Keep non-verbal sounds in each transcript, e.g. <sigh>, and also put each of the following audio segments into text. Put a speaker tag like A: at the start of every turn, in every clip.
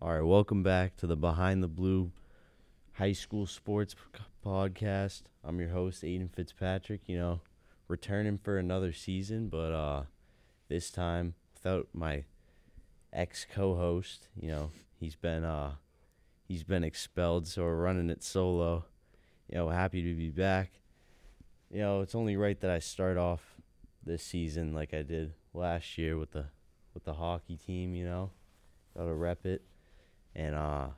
A: All right, welcome back to the Behind the Blue High School Sports p- Podcast. I'm your host, Aiden Fitzpatrick. You know, returning for another season, but uh, this time without my ex co-host. You know, he's been uh, he's been expelled, so we're running it solo. You know, happy to be back. You know, it's only right that I start off this season like I did last year with the with the hockey team. You know, gotta rep it. And uh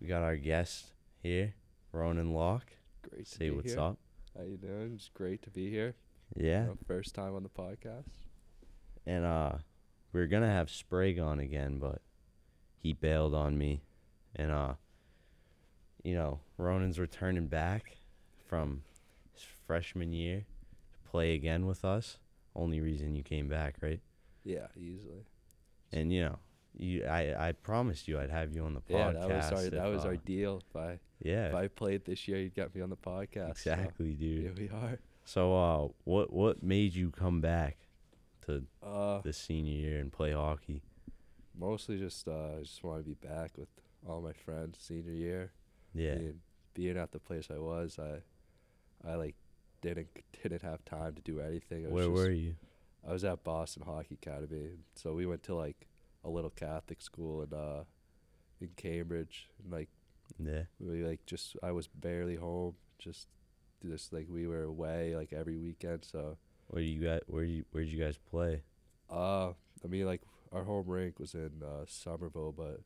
A: we got our guest here, Ronan Locke.
B: Great to
A: Say
B: be
A: what's
B: here.
A: up.
B: How you doing? It's great to be here. You
A: Yeah.
B: know, first time on the podcast.
A: And uh we are gonna have Sprague on again, but he bailed on me. And uh you know, Ronan's returning back from his freshman year to play again with us. Only reason you came back, right?
B: Yeah, easily.
A: And you know, you I, I promised you I'd have you on the podcast.
B: Yeah, that was our
A: if,
B: that was
A: uh,
B: our deal. If I
A: yeah.
B: if I played this year, you'd got me on the podcast. so
A: Exactly, dude.
B: here we are.
A: So, uh, what what made you come back to
B: Uh,
A: this senior year and play hockey?
B: mostly just uh, I just want to be back with all my friends. Senior year,
A: Yeah,
B: being, being at the place I was, I I like didn't didn't have time to do anything. I was
A: where
B: just,
A: were you?
B: I was at Boston Hockey Academy, and so we went to like a little Catholic school in uh, in Cambridge, and like.
A: Yeah,
B: we like just I was barely home. Just just like we were away like every weekend. So
A: where you got? Where you where'd you guys play?
B: uh I mean like our home rink was in uh, Somerville, but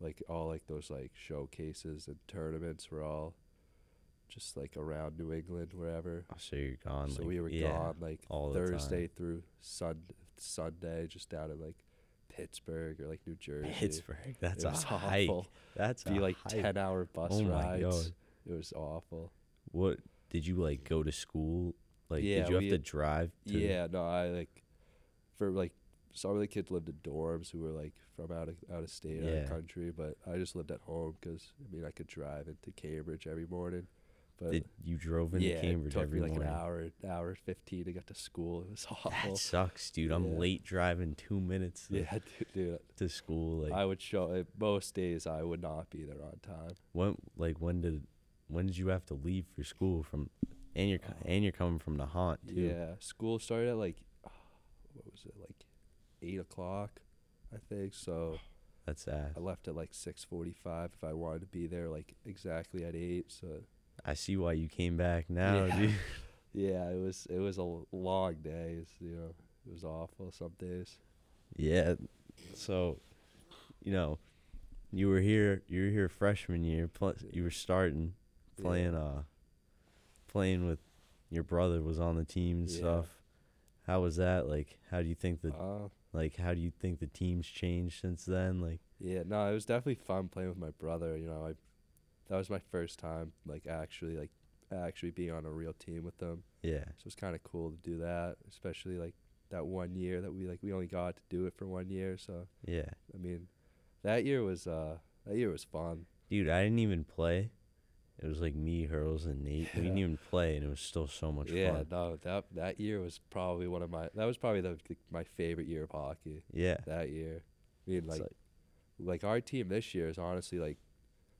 B: like all like those like showcases and tournaments were all just like around New England wherever.
A: Oh, so you're gone.
B: so
A: like,
B: we were
A: yeah,
B: gone like
A: all the time.
B: Thursday through sun Sunday, just down in like Pittsburgh or like New Jersey.
A: <laughs> Pittsburgh. That's
B: it
A: a
B: was
A: hike.
B: awful.
A: That's
B: Be
A: a
B: like
A: hike.
B: ten hour bus
A: Oh my
B: rides.
A: God.
B: It was awful.
A: What did you like? Go to school? Like,
B: Yeah,
A: did you have
B: we-
A: to drive? To,
B: Yeah, no, I like for like some of the kids lived in dorms who were like from out of out of state, out
A: Yeah.
B: of country, but I just lived at home because I mean I could drive into Cambridge every morning, but
A: Did you drove into
B: yeah,
A: Cambridge
B: it took
A: every
B: me like
A: morning?
B: an hour, hour fifteen to get to school. It was <laughs> awful.
A: That sucks, dude. I'm
B: Yeah.
A: late driving two minutes to,
B: yeah, dude, dude,
A: to school. Like,
B: I would show it most days I would not be there on time.
A: when like when did when did you have to leave for school from and you're co- and you're coming from the haunt too
B: Oh. Yeah, school started at like <sighs> what was it like eight o'clock, I think. So
A: that's sad
B: I left at like 6:45 if I wanted to be there like exactly at 8 so
A: i see why you came back now
B: Yeah.
A: dude <laughs>
B: yeah it was it was a l- long day it's, you know it was awful some days
A: yeah so you know you were here you were here freshman year plus you were starting
B: Yeah.
A: playing uh playing with your brother was on the team and
B: Yeah.
A: stuff how was that like how do you think the
B: uh,
A: like how do you think the team's changed since then like
B: yeah no it was definitely fun playing with my brother you know I that was my first time like actually like actually being on a real team with them
A: yeah
B: so it's kind of cool to do that especially like that one year that we like we only got to do it for one year so
A: yeah
B: I mean that year was uh that year was fun
A: Dude, I didn't even play. It was like me, Hurls, and Nate. We didn't
B: Yeah.
A: even play, and it was still so much
B: yeah,
A: fun.
B: no, that that year was probably one of my that was probably the, the- my favorite year of hockey
A: Yeah.
B: that year. I mean,
A: It's
B: like,
A: like-
B: like our team this year is honestly like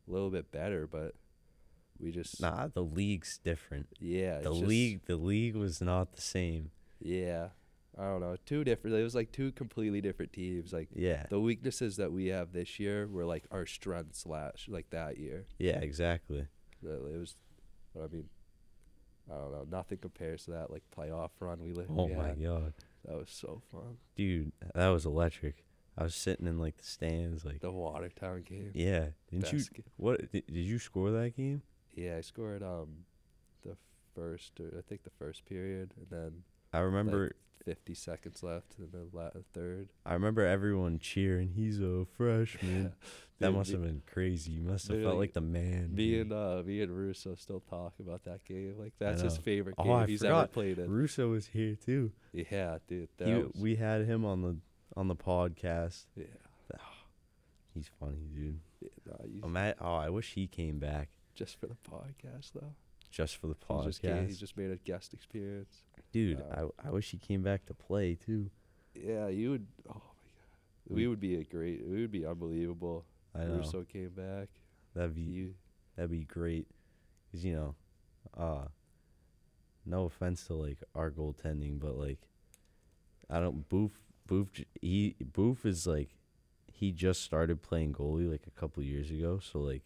B: a little bit better, but we just
A: Nah, the league's different.
B: yeah it's
A: The
B: just-
A: league, the league was not the same.
B: yeah I don't know two different it was like two completely different teams like
A: Yeah.
B: the weaknesses that we have this year were like our strengths last like that year
A: Yeah, exactly.
B: So it was but I mean I don't know nothing compares to that like playoff run we lived
A: Oh my god,
B: that was so fun
A: dude, that was electric. I was sitting in like the stands, like.
B: the Watertown game.
A: Yeah. Didn't you?
B: Best game.
A: What did, did you score that game?
B: Yeah, I scored um the first or I think the first period and then
A: I remember.
B: 50 seconds left in the la- third. <laughs>
A: I remember everyone cheering. He's a freshman. that
B: Dude,
A: must
B: me-
A: have been crazy. You must have
B: dude,
A: felt
B: like,
A: like the man.
B: Me
A: dude.
B: and uh me and Russo still talk about that game. Like that's his
A: know.
B: favorite
A: Oh,
B: game
A: I
B: he's ever
A: forgot.
B: played in.
A: Russo was here too.
B: Yeah, dude. That
A: He-
B: was-
A: we had him on the on the podcast.
B: yeah.
A: He's funny, dude.
B: yeah nah, you-
A: I'm at, oh, I wish he came back
B: just for the podcast though.
A: just for the
B: He just, came, he
A: podcast,
B: just made a guest experience.
A: dude.
B: uh,
A: I I wish he came back to play too.
B: Yeah, you would oh my god. We would be a great we would be unbelievable.
A: I know
B: Russo came back.
A: that'd be
B: You
A: that'd be great, cause you know, uh, no offense to like our goaltending, but like, I don't Boof Boof j- he Boof is like, he just started playing goalie like a couple years ago, so like,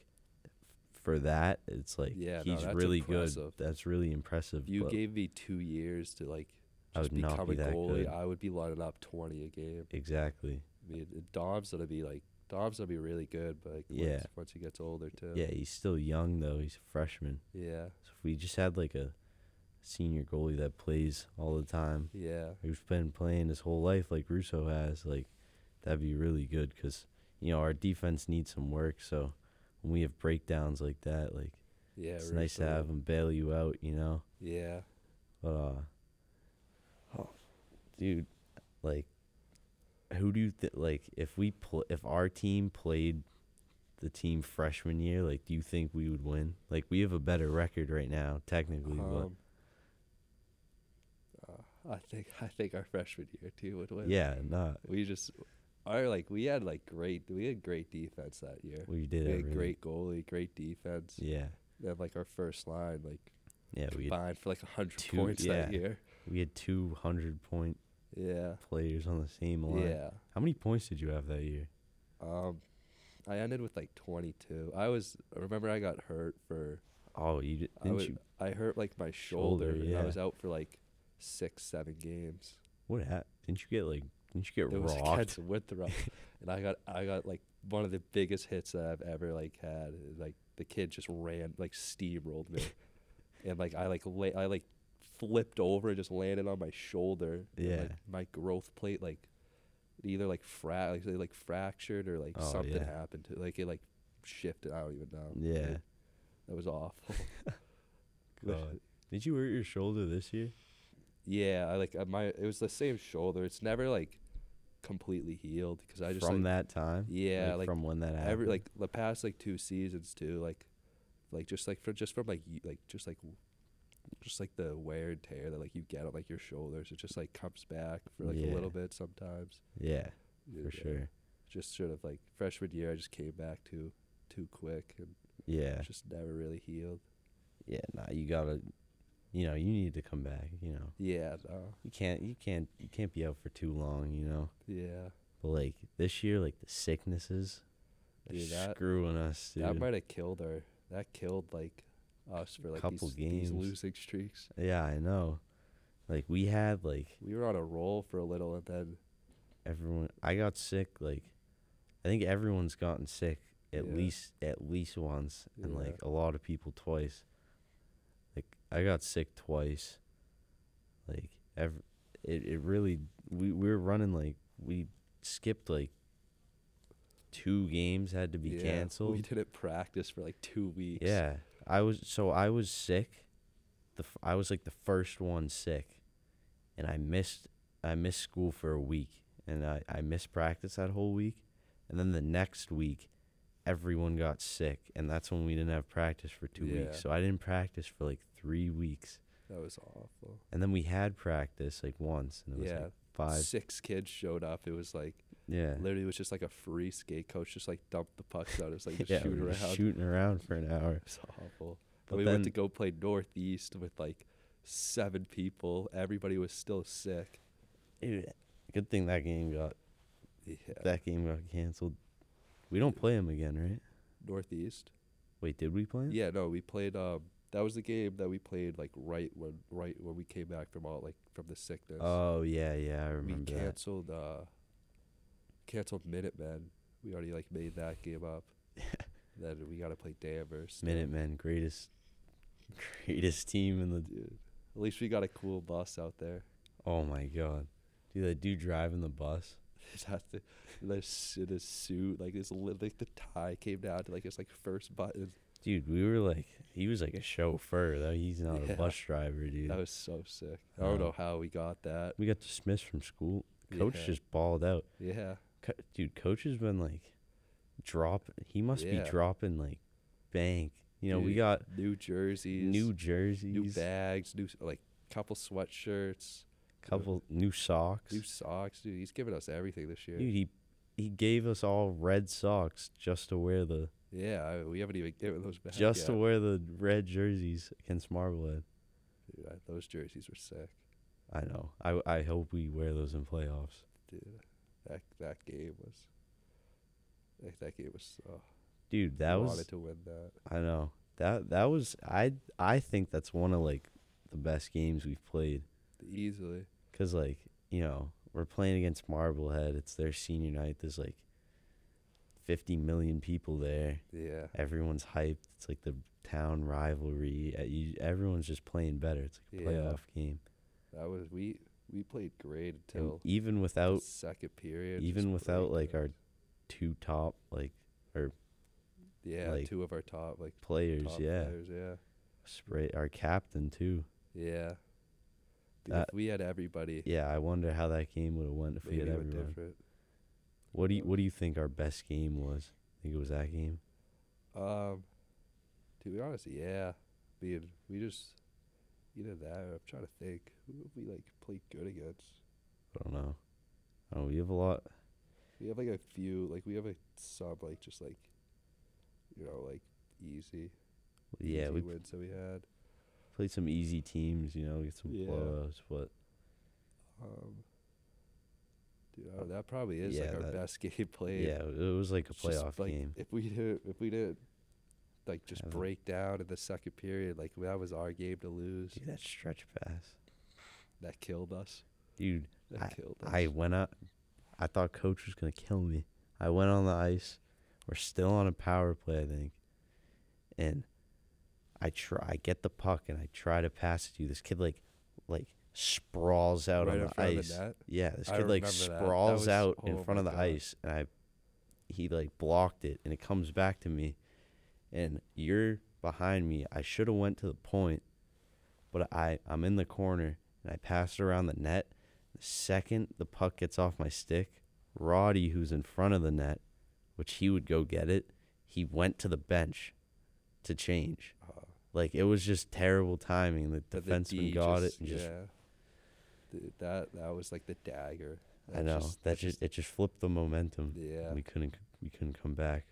A: for that it's like
B: Yeah, no,
A: he's
B: that's
A: really
B: impressive.
A: good. That's really impressive.
B: you
A: but
B: gave me two years to like
A: I
B: just
A: would not
B: become
A: be
B: a
A: that
B: goalie.
A: good.
B: I would be lining up twenty a game.
A: exactly.
B: I mean, and Dom's gonna be like Dom's gonna be really good, but like
A: Yeah.
B: once, once he gets older too.
A: Yeah, he's still young though. He's a freshman.
B: Yeah.
A: So if we just had like a senior goalie that plays all the time,
B: Yeah.
A: who's been playing his whole life like Russo has, like that'd be really good because you know our defense needs some work. So when we have breakdowns like that, like
B: Yeah.
A: it's nice to
B: Russo.
A: have him bail you out, you know.
B: Yeah.
A: But uh,
B: Oh.
A: dude, like, who do you think? Like, if we pl- if our team played the team freshman year, like, do you think we would win? Like, we have a better record right now, technically.
B: Um, uh, I think <laughs> I think our freshman year too would
A: but
B: win.
A: yeah, not
B: We just our like we had like great we had great defense that year.
A: we did
B: We
A: everything.
B: had great goalie, great defense.
A: Yeah,
B: And like our first line, like
A: yeah, we had,
B: combined for like hundred
A: two-
B: points that
A: yeah.
B: year.
A: we had two hundred point
B: Yeah.
A: players on the same line.
B: Yeah.
A: How many points did you have that year?
B: Um I ended with like twenty two. I was I remember I got hurt for
A: Oh, you di-
B: I
A: didn't
B: was
A: you?
B: I hurt like my
A: Shoulder,
B: shoulder, and
A: yeah.
B: I was out for like six, seven games.
A: What hap Didn't you get like? Didn't you get
B: It was
A: rocked?
B: against Winthrop,
A: <laughs>
B: and I got I got like one of the biggest hits that I've ever like had. and, Like the kid just ran like
A: <laughs>
B: steamrolled me, and like I like lay, I like flipped over and just landed on my shoulder. and, like,
A: Yeah.
B: my growth plate like it either like fra like, it, like fractured or like
A: Oh,
B: something
A: yeah.
B: happened to like it like shifted. I don't even know.
A: Yeah.
B: It- that
A: <laughs>
B: was awful. <laughs>
A: God. Did you hurt your shoulder this year?
B: yeah, I like uh, my it was the same shoulder. It's never like completely healed because I just
A: from
B: like,
A: that time.
B: Yeah, like,
A: from when that happened.
B: every like the past like two seasons too like like just like for just from like you, like just like w- just like the wear and tear that like you get on like your shoulders it just like comes back for like
A: Yeah.
B: a little bit sometimes
A: yeah,
B: And,
A: for
B: uh,
A: sure.
B: just sort of like freshman year i just came back too too quick and
A: Yeah,
B: just never really healed
A: yeah. Nah, you gotta, you know, you need to come back. You know,
B: yeah no
A: you can't, you can't, you can't be out for too long. You know,
B: yeah
A: but like this year, like the sicknesses, they're
B: Dude, that-
A: screwing us, dude.
B: that might have killed our that killed like us for like
A: Couple
B: these,
A: games.
B: these losing streaks
A: yeah, I know. Like we had like
B: we were on a roll for a little and then
A: everyone. I got sick. Like I think everyone's gotten sick at
B: Yeah.
A: least at least once, and
B: Yeah.
A: like a lot of people twice. Like I got sick twice. Like every, it it really we we were running like we skipped like two games had to be
B: yeah,
A: canceled.
B: we didn't practice for like two weeks
A: Yeah, I was so I was sick. The f- I was like the first one sick, and I missed I missed school for a week, and I I missed practice that whole week, and then the next week, everyone got sick, and that's when we didn't have practice for two
B: Yeah.
A: weeks. So I didn't practice for like three weeks,
B: that was awful
A: and then we had practice like once, and it was
B: Yeah.
A: like five.
B: six kids showed up. It was like
A: Yeah.
B: literally it was just like a free skate coach, just like dumped the pucks out. It
A: <laughs>
B: was like just
A: Yeah,
B: shoot
A: we were
B: around.
A: shooting around for an hour.
B: It was awful.
A: But
B: But we
A: then,
B: went to go play northeast with like seven people. Everybody was still sick.
A: Dude, good thing that game got
B: Yeah.
A: that game got canceled. We don't play him again, right?
B: northeast.
A: Wait, did we play him?
B: Yeah, no, we played um that was the game that we played like right when right when we came back from all like from the sickness.
A: Oh yeah, yeah, I
B: we
A: remember that.
B: canceled uh canceled Minutemen. We already like made that
A: <laughs>
B: game up. then we gotta play Danvers. still.
A: Minutemen, greatest, <laughs> greatest team in the.
B: Dude, at least we got a cool bus out there. <laughs>
A: Oh my god, dude, that dude driving the bus.
B: It has to, this in his suit, like this, li- like the tie came down to like his like first button.
A: Dude, we were like, he was like a chauffeur though. He's not
B: Yeah.
A: a bus driver, dude.
B: That was so sick. I don't
A: Yeah.
B: know how we got that.
A: we got dismissed from school. Coach
B: Yeah.
A: just balled out.
B: Yeah,
A: Co- dude, coach has been like, drop. He must
B: Yeah.
A: be dropping like, bank. You know, we
B: Dude,
A: got
B: new jerseys,
A: new
B: new
A: jerseys,
B: bags, new s- like couple sweatshirts,
A: couple new socks.
B: new socks. Dude, he's giving us everything this year.
A: Dude, he he gave us all red socks just to wear the
B: Yeah, I, we haven't even given those back.
A: just
B: yet.
A: to wear the red jerseys against Marblehead.
B: Dude, I, those jerseys were sick,
A: I know. I I hope we wear those in playoffs.
B: dude. That that game was. That, that game was. Oh,
A: Dude,
B: I
A: that was
B: wanted to win that.
A: I know. That that was I I think that's one of like the best games we've played
B: Easily.
A: cuz like, you know, we're playing against Marblehead. It's their senior night. There's like 50 million people there.
B: Yeah.
A: Everyone's hyped. It's like the town rivalry. Uh, you- Everyone's just playing better. It's like a
B: Yeah.
A: playoff game.
B: That was we we played great
A: And
B: until
A: even
B: the
A: without
B: second period.
A: even
B: just
A: without like
B: break
A: our
B: those.
A: two top like
B: yeah
A: like,
B: two of our top like
A: players,
B: top
A: yeah.
B: players, yeah.
A: Spray our captain too.
B: Yeah. Dude,
A: That-
B: if we had everybody,
A: Yeah, I wonder how that game would have went if we had
B: maybe it went
A: everyone.
B: different.
A: What do you What do you think our best game was? I think it was that game.
B: Um, to be honest, yeah. I mean, we just either that or I'm trying to think who have we like played good against.
A: I don't know. Oh, we have a lot.
B: We have like a few, like we have a sub, like just like you know, like easy.
A: Yeah,
B: easy
A: we
B: wins that we had.
A: played some easy teams. You know, get some
B: Yeah.
A: blowouts, but
B: Um, dude, I don't- that probably is
A: yeah,
B: like our
A: that-
B: best <laughs> game played.
A: yeah, it was like a
B: It's just,
A: playoff
B: like,
A: game.
B: If we did, if we did, like just
A: Have a-
B: break down in the second period, like that was our game to lose.
A: Dude, that stretch pass,
B: That killed us. <laughs>
A: dude.
B: That killed us.
A: I went up. I thought coach was gonna kill me. I went on the ice. We're still on a power play, I think. And I try. I get the puck and I try to pass it to you. This kid like, like sprawls out
B: Right
A: on
B: in
A: the
B: front of the
A: ice.
B: net?
A: Yeah, this
B: I
A: kid like
B: remember that. That
A: sprawls
B: was-
A: out
B: oh
A: in front
B: my
A: of the
B: God.
A: ice, and I, he like blocked it, and it comes back to me, and you're behind me. I should have went to the point, but I I'm in the corner, and I pass it around the net. The second the puck gets off my stick, Roddy, who's in front of the net, which he would go get it, he went to the bench to change.
B: Uh,
A: Like it was just terrible timing. The
B: but the
A: defenseman
B: D
A: got it and just
B: yeah. Th- that that was like the dagger.
A: I know that just it just flipped the momentum.
B: yeah.
A: We couldn't we couldn't come back.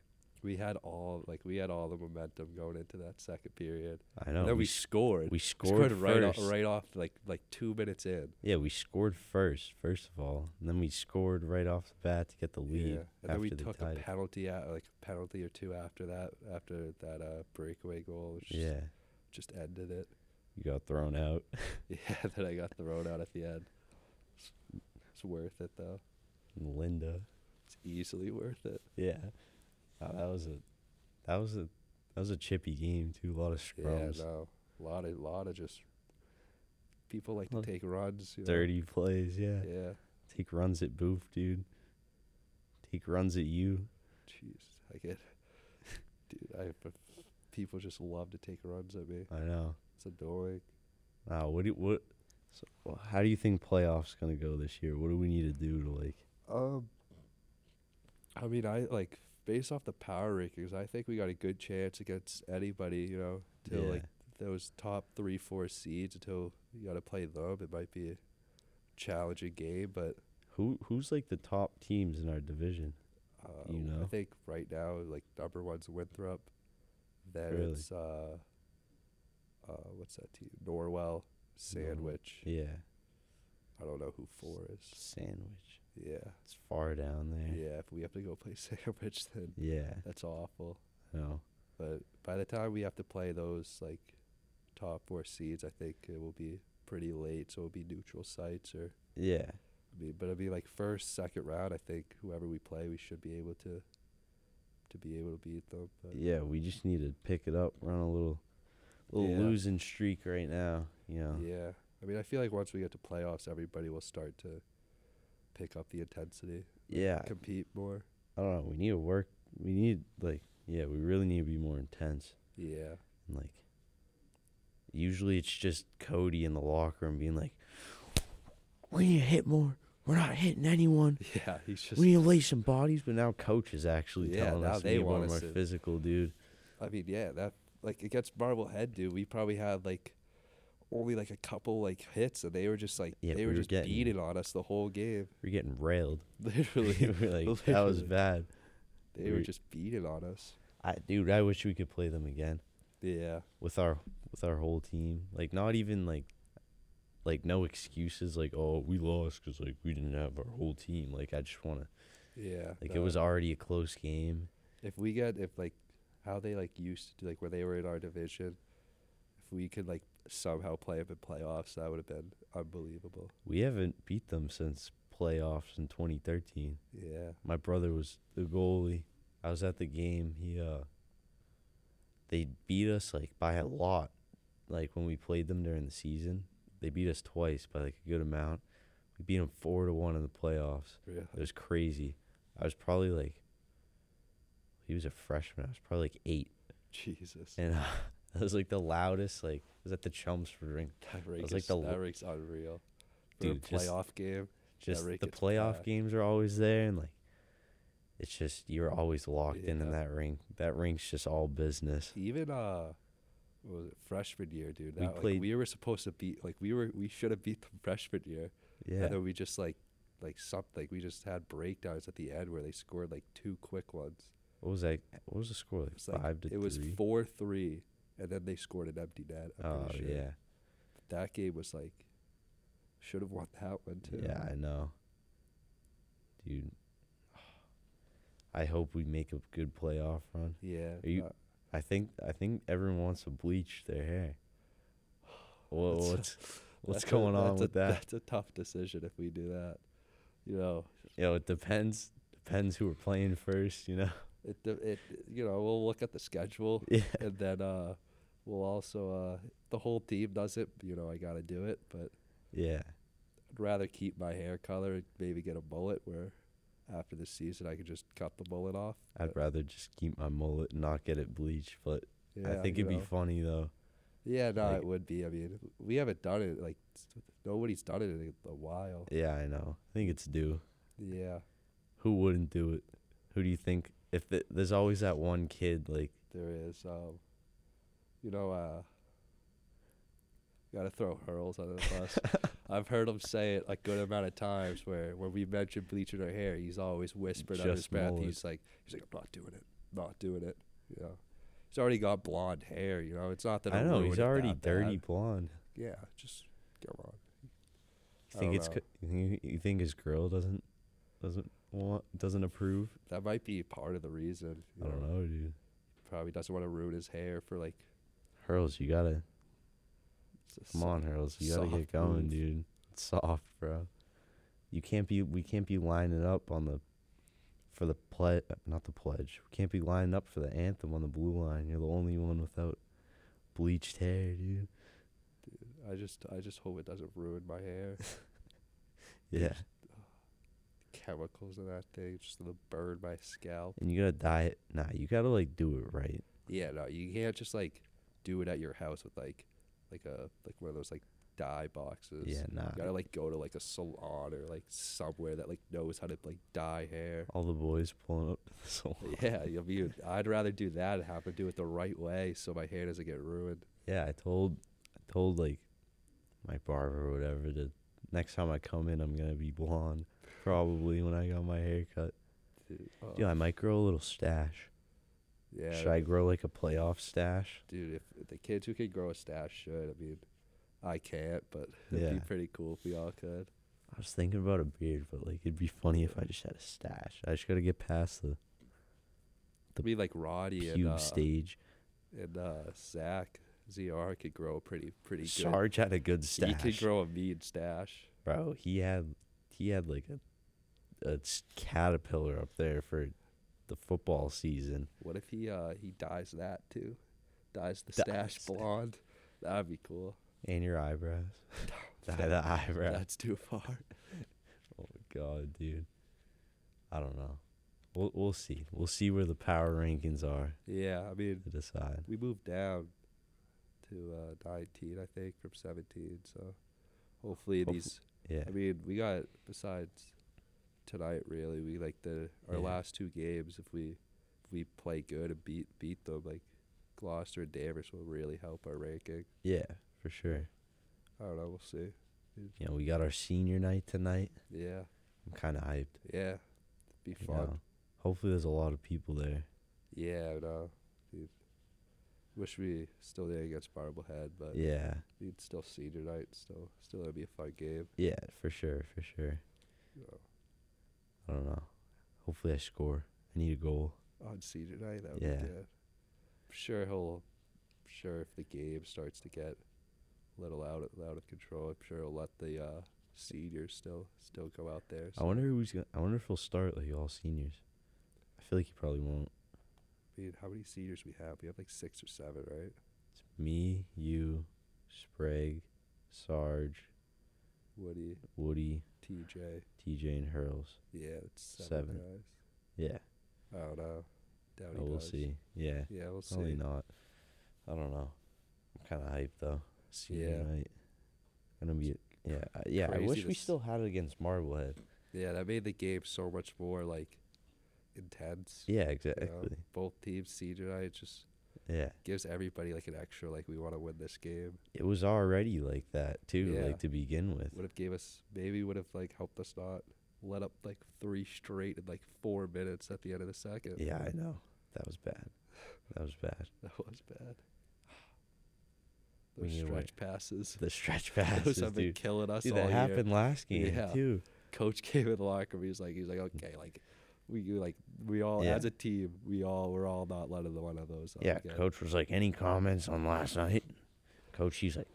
B: We had all like we had all the momentum going into that second period.
A: I know.
B: and then we,
A: we, s-
B: scored.
A: we
B: We
A: scored,
B: right off,
A: first.
B: right off like like two minutes in.
A: Yeah, we scored first. First of all, and then we scored right off the bat to get the lead
B: And then
A: after
B: we
A: they
B: took a
A: tied. it.
B: penalty out, like a penalty or two after that, after that uh, breakaway goal, which
A: Yeah,
B: just, just ended it. <laughs>
A: you got thrown out. <laughs>
B: Yeah, then I got thrown out at the end. It's, it's worth it though.
A: And Linda.
B: It's easily worth it.
A: Yeah, Oh, that was a that was a that was a chippy game too. A lot of scrums,
B: Yeah, no, a lot of lot of just people like to
A: Well,
B: take runs. You know?
A: dirty plays. Yeah.
B: Yeah.
A: take runs at Boof, dude. Take runs at you.
B: Jeez, I get, <laughs> dude. I but people just love to take runs at me.
A: I know.
B: It's annoying.
A: Wow, what do you, what? So, well, how do you think playoffs gonna go this year? What do we need to do to like?
B: Um, I mean, I like based off the power rankings, I think we got a good chance against anybody. You know, till
A: Yeah.
B: like those top three, four seeds. Until you got to play them, it might be a challenging game. But
A: Who who's like the top teams in our division?
B: uh,
A: You
B: I
A: know?
B: think right now, like number one's Winthrop. Then
A: Really?
B: it's uh, uh, what's that team? Norwell, Sandwich.
A: Yeah,
B: I don't know who four is.
A: sandwich.
B: Yeah.
A: It's far down there.
B: Yeah, if we have to go play <laughs> sandwich, then
A: Yeah,
B: that's awful.
A: no,
B: But by the time we have to play those like top four seeds, I think it will be pretty late, so it'll be neutral sites or
A: yeah,
B: I mean, but it'll be like first, second round. I think whoever we play, we should be able to to be able to beat them. But
A: yeah. We just need to pick it up, run a little, little
B: Yeah.
A: losing streak right now. You know,
B: yeah, I mean, I feel like once we get to playoffs, everybody will start to pick up the intensity,
A: yeah.
B: compete more.
A: I don't know. We need to work. We need like, yeah, we really need to be more intense.
B: Yeah, <laughs>
A: And like, usually it's just Cody in the locker room being like, "We need to hit more. We're not hitting anyone."
B: yeah, he's just.
A: we need to lay some bodies, but now coach is actually
B: Yeah,
A: telling
B: now
A: us
B: they
A: they we
B: want
A: want more
B: us to-
A: physical, dude.
B: I mean, yeah, that like against Marblehead, dude, we probably had like only like a couple like hits, and they were just like
A: Yeah,
B: they
A: we
B: were
A: were
B: just
A: getting-
B: beating on us the whole game. <laughs>
A: We're getting railed. <laughs>
B: Literally,
A: We're like, that was
B: Literally.
A: bad.
B: they were
A: we-
B: just beating on us.
A: I dude, I wish we could play them again
B: Yeah,
A: with our with our whole team. Like not even like like no excuses like oh we lost cuz like we didn't have our whole team. Like I just want to
B: yeah.
A: like it
B: no.
A: was already a close game.
B: if we got if like how they like used to do like where they were in our division, if we could like somehow play up in playoffs, that would have been unbelievable.
A: We haven't beat them since playoffs in 2013.
B: Yeah,
A: My brother was the goalie. I was at the game. He uh they beat us like by a lot. Like when we played them during the season, they beat us twice by like a good amount. We beat them 4 to 1 in the playoffs.
B: really. <laughs>
A: It was crazy. I was probably like he was a freshman. I was probably like 8
B: Jesus,
A: and <laughs> uh, I was like the loudest like I was at the Chelmsford rink.
B: that rank
A: like
B: is
A: the
B: that
A: l-
B: rank's unreal. For
A: Dude,
B: a
A: just-
B: playoff game,
A: Just
B: rink
A: the
B: gets
A: playoff
B: packed.
A: games are always there and like it's just you're always locked in in
B: Yeah.
A: that rink. That rink's just all business.
B: even uh, what was it freshman year, dude?
A: We
B: That, we
A: played-
B: like, we were supposed to beat like we were we should have beat them freshman year.
A: Yeah.
B: And then we just like like something we just had breakdowns at the end where they scored like two quick ones.
A: What was that? What was the score?
B: It
A: Like
B: was like
A: five to
B: it was
A: three.
B: four three, and then they scored an empty net. I'm
A: oh
B: pretty sure.
A: yeah,
B: that game was like should have won that one too.
A: yeah. I know, dude. <sighs> I hope we make a good playoff run.
B: yeah.
A: Are you-
B: uh,
A: I think I think everyone wants to bleach their hair. <sighs> Wha-
B: That's a-
A: what's what's
B: that's a-
A: going on
B: that's
A: with
B: a,
A: that?
B: That's a tough decision if we do that. You know,
A: You know, it depends depends who we're playing first. You know. <laughs>
B: it de- it you know we'll look at the schedule
A: Yeah.
B: and then uh we'll also uh the whole team does it. You know, I got to do it, but
A: Yeah.
B: I'd rather keep my hair color and maybe get a bullet where after the season I could just cut the bullet off.
A: I'd rather just keep my mullet and not get it bleached, but I
B: Yeah,
A: think
B: you
A: it'd
B: know.
A: be funny though.
B: Yeah, no,
A: Like-
B: it would be. I mean, we haven't done it like s- nobody's done it in a while.
A: Yeah, I know. I think it's due.
B: Yeah,
A: Who wouldn't do it? Who do you think? If the, there's always that one kid, like
B: there is. Um, you know, uh, gotta throw hurls
A: <laughs>
B: under the bus. I've heard him say it a good amount of times where when we mention bleaching our hair, he's always whispering under his
A: Just
B: breath.
A: mullet.
B: He's like, he's like, I'm not doing it, not doing it. You know, he's already got blonde hair. You know, it's not that
A: I
B: it'll
A: know
B: ruin
A: he's
B: it
A: already
B: that
A: dirty
B: bad.
A: blonde.
B: Yeah, just come on.
A: You
B: I
A: think
B: don't
A: it's
B: know.
A: co- you think, you think his girl doesn't doesn't want doesn't approve?
B: That might be part of the reason. you
A: I don't know, dude.
B: probably doesn't want to ruin his hair for like.
A: Hurls, you gotta
B: s- s-
A: come on, Hurls, you gotta
B: soft
A: get going,
B: move.
A: dude. It's soft, bro. You can't be we can't be lining up on the for the pledge not the pledge. We can't be lining up for the anthem on the blue line. You're the only one without bleached hair, dude.
B: I just, I just hope it doesn't ruin my hair.
A: Yeah,
B: Chemicals and that thing just gonna burn my scalp.
A: and you gotta diet. Nah, you gotta like do it right.
B: Yeah, no, you can't just like do it at your house with like, like a like one of those like dye boxes.
A: Yeah, nah.
B: You gotta like go to like a salon or like somewhere that like knows how to like dye hair. <laughs>
A: All the boys pulling up <laughs> to the salon.
B: Yeah, I mean, I'd rather do that and have to do it the right way so my hair doesn't get ruined.
A: Yeah, I told, I told like, my barber or whatever to next time I come in, I'm gonna be blonde, probably when I got my hair cut.
B: Dude, oh,
A: Dude, I might grow a little stash.
B: yeah.
A: Should I grow like a playoff stash?
B: dude, if the kids who can grow a stash should, I mean, I can't, but <laughs> it'd be
A: Yeah.
B: pretty cool if we all could.
A: I was thinking about a beard, but like it'd be funny if I just had a stash. I just gotta get past the The
B: I mean, like Roddy and
A: pube
B: uh,
A: stage.
B: and uh, Zach ZR could grow a pretty pretty good.
A: Sarge had a good
B: He
A: stash,
B: could grow a mean stash.
A: bro. He had, he had like a, a s- caterpillar up there for the football season.
B: What if he uh he dyes that too? Dyes the
A: Dyes
B: stash
A: that.
B: blonde. That'd be cool.
A: And your
B: <laughs>
A: eyebrows. <laughs> Dye
B: That-
A: the eyebrows.
B: That's too far. <laughs>
A: Oh my god, dude. I don't know. We'll we'll see. We'll see where the power rankings are
B: Yeah, I mean,
A: to decide.
B: we moved down to uh 19, I think, from 17. So hopefully
A: Hopef-
B: these
A: Yeah.
B: I mean, we got besides tonight. Really, we like the our
A: Yeah.
B: last two games. If we if we play good and beat beat them, like Gloucester and Danvers will really help our ranking.
A: Yeah, for sure.
B: I don't know. We'll see.
A: You know, we got our senior night tonight.
B: Yeah,
A: I'm kind of hyped.
B: yeah. Be
A: you
B: fun.
A: know. Hopefully, there's a lot of people there.
B: Yeah, no, dude. Wish we still there against Barblehead, but
A: Yeah,
B: dude, still senior night. Still, still gonna be a fun game.
A: yeah, for sure, for sure.
B: You know,
A: I don't know. Hopefully, I score. I need a goal.
B: on senior night, that would
A: Yeah.
B: be good. I'm sure he'll. I'm sure if the game starts to get a little out of, out of control, I'm sure he'll let the uh, seniors still still go out there.
A: I
B: So
A: wonder who's. Gonna, I wonder if he'll start like all seniors. I feel like he probably won't.
B: I mean, how many seniors we have? We have like six or seven, right?
A: It's me, you, Sprague, Sarge,
B: Woody,
A: Woody,
B: TJ.
A: TJ, and Hurls.
B: Yeah, it's seven,
A: Seven. Yeah,
B: guys. I don't know. Doubt he
A: oh, we'll
B: does.
A: see. Oh, Yeah,
B: Yeah, we'll see.
A: probably not. I don't know. I'm kind of hyped though. Senior
B: Yeah.
A: night. Gonna be. Yeah, I- yeah. I
B: crazy
A: wish we
B: this-
A: still had it against Marblehead.
B: Yeah, that made the game so much more like intense.
A: Yeah,
B: you know?
A: exactly.
B: Both teams senior night just
A: Yeah,
B: gives everybody like an extra like we want to win this game.
A: it was already like that too,
B: Yeah.
A: like to begin with.
B: Would have gave us maybe would have like helped us not let up like three straight in like four minutes at the end of the second.
A: Yeah, I know. That was bad. That was bad.
B: <laughs> that was bad.
A: We
B: Those
A: need to win.
B: stretch passes.
A: The <laughs> stretch
B: <laughs> Those
A: passes,
B: have been
A: dude.
B: killing us
A: Dude,
B: all
A: that
B: year.
A: happened last game
B: Yeah.
A: too.
B: coach came in the locker room. He's like, he's like, okay, like we you like we all
A: Yeah.
B: as a team, we all we're all not letting the one of those. up
A: Yeah,
B: again.
A: coach was like, any comments on last night? Coach, he's like,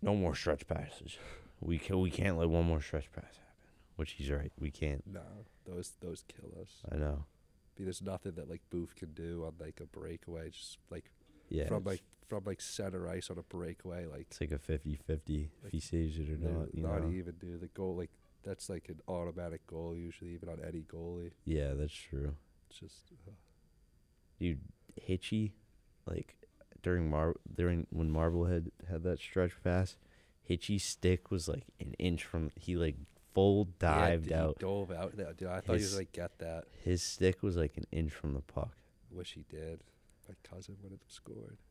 A: no more stretch passes. We can, we can't let one more stretch pass happen. Which he's right, we can't.
B: No, those those kill us.
A: I know.
B: I mean, there's nothing that like Booth can do on like a breakaway, just like
A: Yeah,
B: from
A: it's,
B: like from like center ice on a breakaway, like
A: it's like a 50-50 if he saves it or
B: no- e-,
A: not. You know?
B: even do the goal. Like that's like an automatic goal usually, even on any goalie.
A: Yeah, that's true.
B: It's just uh,
A: Hitchy, like during Mar during when Marblehead had that stretch pass, Hitchy's stick was like an inch from. He like full
B: yeah,
A: dived
B: he
A: out.
B: Dove out. That, dude, I thought he was
A: His-
B: like get that.
A: His stick was like an inch from the puck.
B: Wish he did. My cousin would have scored. <laughs>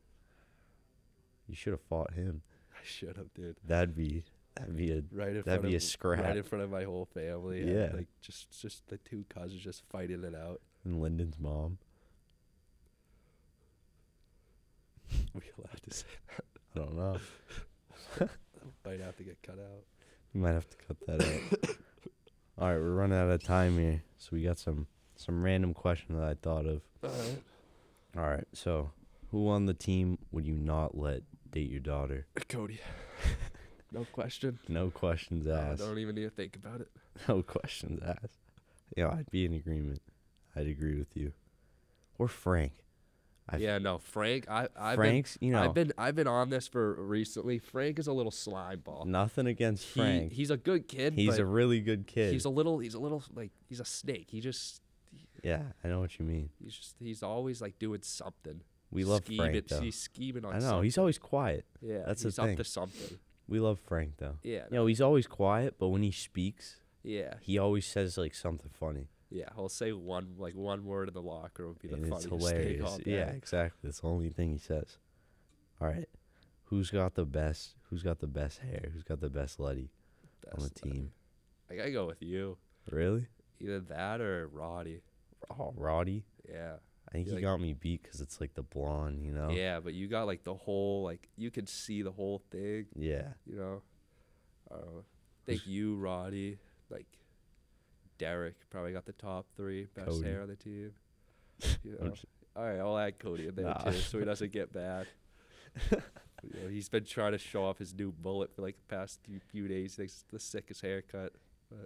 A: You should have fought him.
B: I should have, dude.
A: That'd be that'd be a
B: right in
A: That'd
B: front
A: be a
B: of,
A: scrap.
B: right in front of my whole family. and,
A: Yeah.
B: like just just the two cousins just fighting it out. <laughs>
A: and Lyndon's mom.
B: We allowed to say
A: I don't know.
B: might have to get cut out.
A: We might have to cut that out.
B: <coughs>
A: All right, we're running out of time here, so we got some some random question that I thought of. All right, so who on the team would you not let date your daughter?
B: Cody, <laughs> no question.
A: No questions
B: I
A: asked.
B: don't even need to think about it.
A: <laughs> No questions asked. Yeah, I'd be in agreement. I'd agree with you. Or Frank. I've-
B: yeah, no, Frank. I I've
A: Frank's, you
B: been,
A: know,
B: I've been I've been on this for recently. Frank is a little slime ball.
A: nothing against
B: He,
A: Frank.
B: he's a good kid.
A: he's
B: but
A: a really good kid.
B: he's a little he's a little like he's a snake. He just
A: yeah, I know what you mean.
B: he's just he's always like doing something.
A: We love
B: scheming,
A: Frank though.
B: He's scheming on.
A: I know
B: Something.
A: he's always quiet.
B: yeah.
A: that's the
B: he's
A: thing.
B: up to something.
A: We love Frank though.
B: Yeah.
A: You know, he's always quiet, but when he speaks,
B: Yeah,
A: he always says like something funny.
B: yeah. I'll say one like one word in the locker would be the
A: and it's
B: funniest thing
A: hilarious.
B: all day.
A: Yeah, exactly. That's the only thing he says. All right. Who's got the best who's got the best hair? Who's got the best Letty
B: That's
A: on the
B: funny.
A: team?
B: I gotta go with you.
A: Really?
B: Either that or Roddy.
A: Oh, Roddy.
B: Yeah,
A: I think
B: Yeah,
A: he
B: like-
A: got me beat because it's like the blonde, you know?
B: yeah. But you got like the whole like you could see the whole thing.
A: Yeah.
B: You know, I don't know. I think you, Roddy, like Derek probably got the top three best
A: Cody.
B: hair on the <laughs> team. You
A: I'm
B: know. All right, I'll add Cody in there
A: Nah.
B: too, so he
A: <laughs>
B: doesn't get bad. You know, he's been trying to show off his new bullet for like the past few, few days. He's the sickest haircut.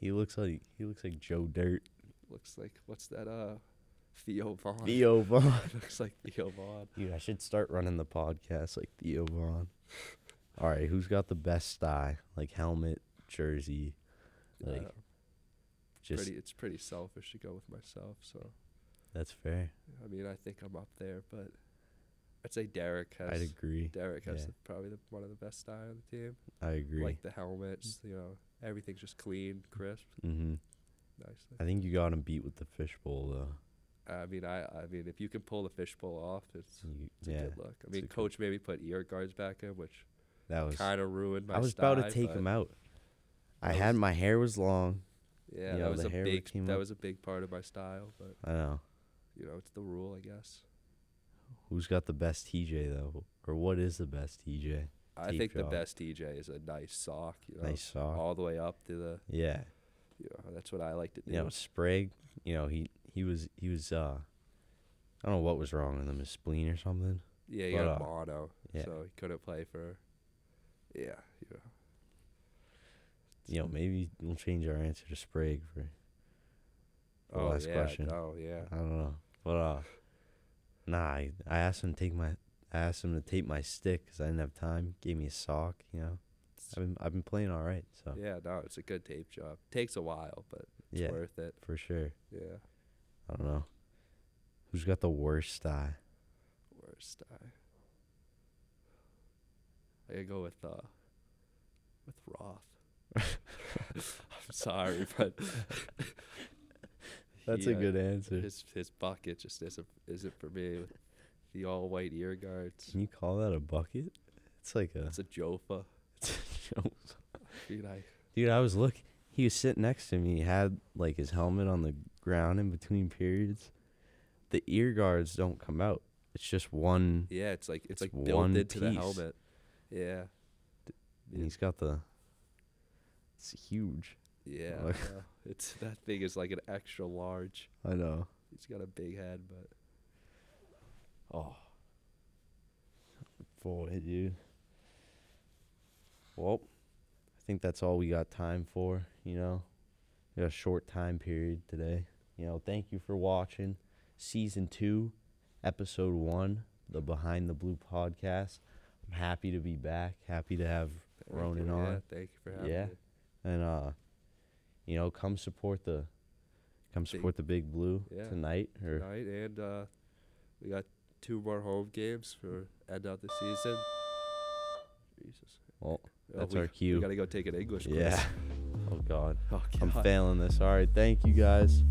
A: He looks like he looks like Joe Dirt.
B: Looks like what's that? Uh, Theo Vaughn.
A: Theo Vaughn.
B: <laughs> Looks like Theo Vaughn.
A: Dude, I should start running the podcast like Theo Vaughn. All right, who's got the best tie? Like helmet, jersey, like
B: Uh,
A: just
B: pretty, it's pretty selfish to go with myself. So
A: that's fair.
B: I mean, I think I'm up there, but I'd say Derek
A: I'd
B: has.
A: agree.
B: Derek has
A: yeah.
B: the, probably the, one of the best style on the team.
A: I agree.
B: Like the helmets, you know, everything's just clean, crisp,
A: mm-hmm.
B: nicely.
A: I think you got him beat with the fishbowl though.
B: I mean, I, I mean, if you can pull the fishbowl off, it's
A: You-
B: It's a
A: yeah,
B: good look. I
A: it's a
B: mean,
A: good-
B: coach maybe put ear guards back in, which
A: That was.
B: kind of ruined my.
A: I was about to
B: style,
A: take
B: but
A: him out. I
B: that
A: had
B: was-
A: my hair was long.
B: Yeah,
A: you know,
B: that was
A: the
B: a
A: hair
B: big.
A: came
B: That
A: up.
B: was a big part of my style, but
A: I know.
B: you know, it's the rule, I guess.
A: Who's got the best TJ though, or what is the best TJ?
B: I
A: Deep
B: think the
A: draw.
B: best TJ is a nice sock. You know,
A: Nice sock.
B: all the way up to the.
A: Yeah,
B: You know, that's what I like to do.
A: you know Sprague. You know he he was he was uh, I don't know what was wrong with him, his spleen or something.
B: yeah, you
A: but,
B: got
A: uh,
B: mono,
A: yeah.
B: so he couldn't play for. Yeah, you know.
A: You know maybe we'll change our answer to Sprague for the
B: oh
A: last
B: yeah,
A: question.
B: oh yeah.
A: I don't know, but uh, nah, I, I asked him to take my I asked him to tape my stick 'cause I didn't have time. Gave me a sock. You know, I've been I've been playing all right, so
B: Yeah, no, it's a good tape job. Takes a while, but it's
A: uh, yeah,
B: worth it.
A: for sure.
B: Yeah,
A: I don't know. Who's got the worst eye?
B: worst. I, I gotta go with uh, with Roth. <laughs> I'm sorry, but
A: <laughs>
B: he, uh,
A: answer.
B: His his bucket just isn't isn't for me. The all white ear guards.
A: Can you call that a bucket? It's like a
B: It's a Jofa.
A: <laughs>
B: Dude, I
A: dude. I was look. He was sitting next to me. He had like his helmet on the ground in between periods. The ear guards don't come out. It's just one,
B: yeah, it's like it's,
A: It's
B: like built
A: one
B: into the
A: piece.
B: helmet. Yeah,
A: and he's got the. It's huge.
B: yeah. I
A: Like-
B: know. It's <laughs> that thing is like an extra large.
A: I know.
B: He's got a big head, but
A: Oh, boy, dude. Well, I think that's all we got time for. You know, we got a short time period today. You know, thank you for watching season two, episode one, the Behind the Blue podcast. I'm happy to be back. Happy to have
B: thank
A: Ronan
B: you, yeah,
A: on.
B: Thank you for having
A: Yeah.
B: me.
A: and uh, you know, come support the, come support the Big Blue
B: Yeah.
A: tonight or
B: tonight, and uh, we got two more home games for end of the season. Jesus,
A: well,
B: Oh,
A: that's
B: we,
A: our
B: We
A: cue.
B: gotta go take an English quiz.
A: yeah. Oh God.
B: Oh,
A: I'm
B: God.
A: failing this. All right. Thank you guys.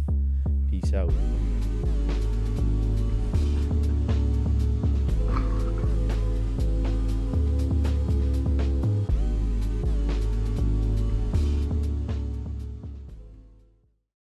A: Peace out.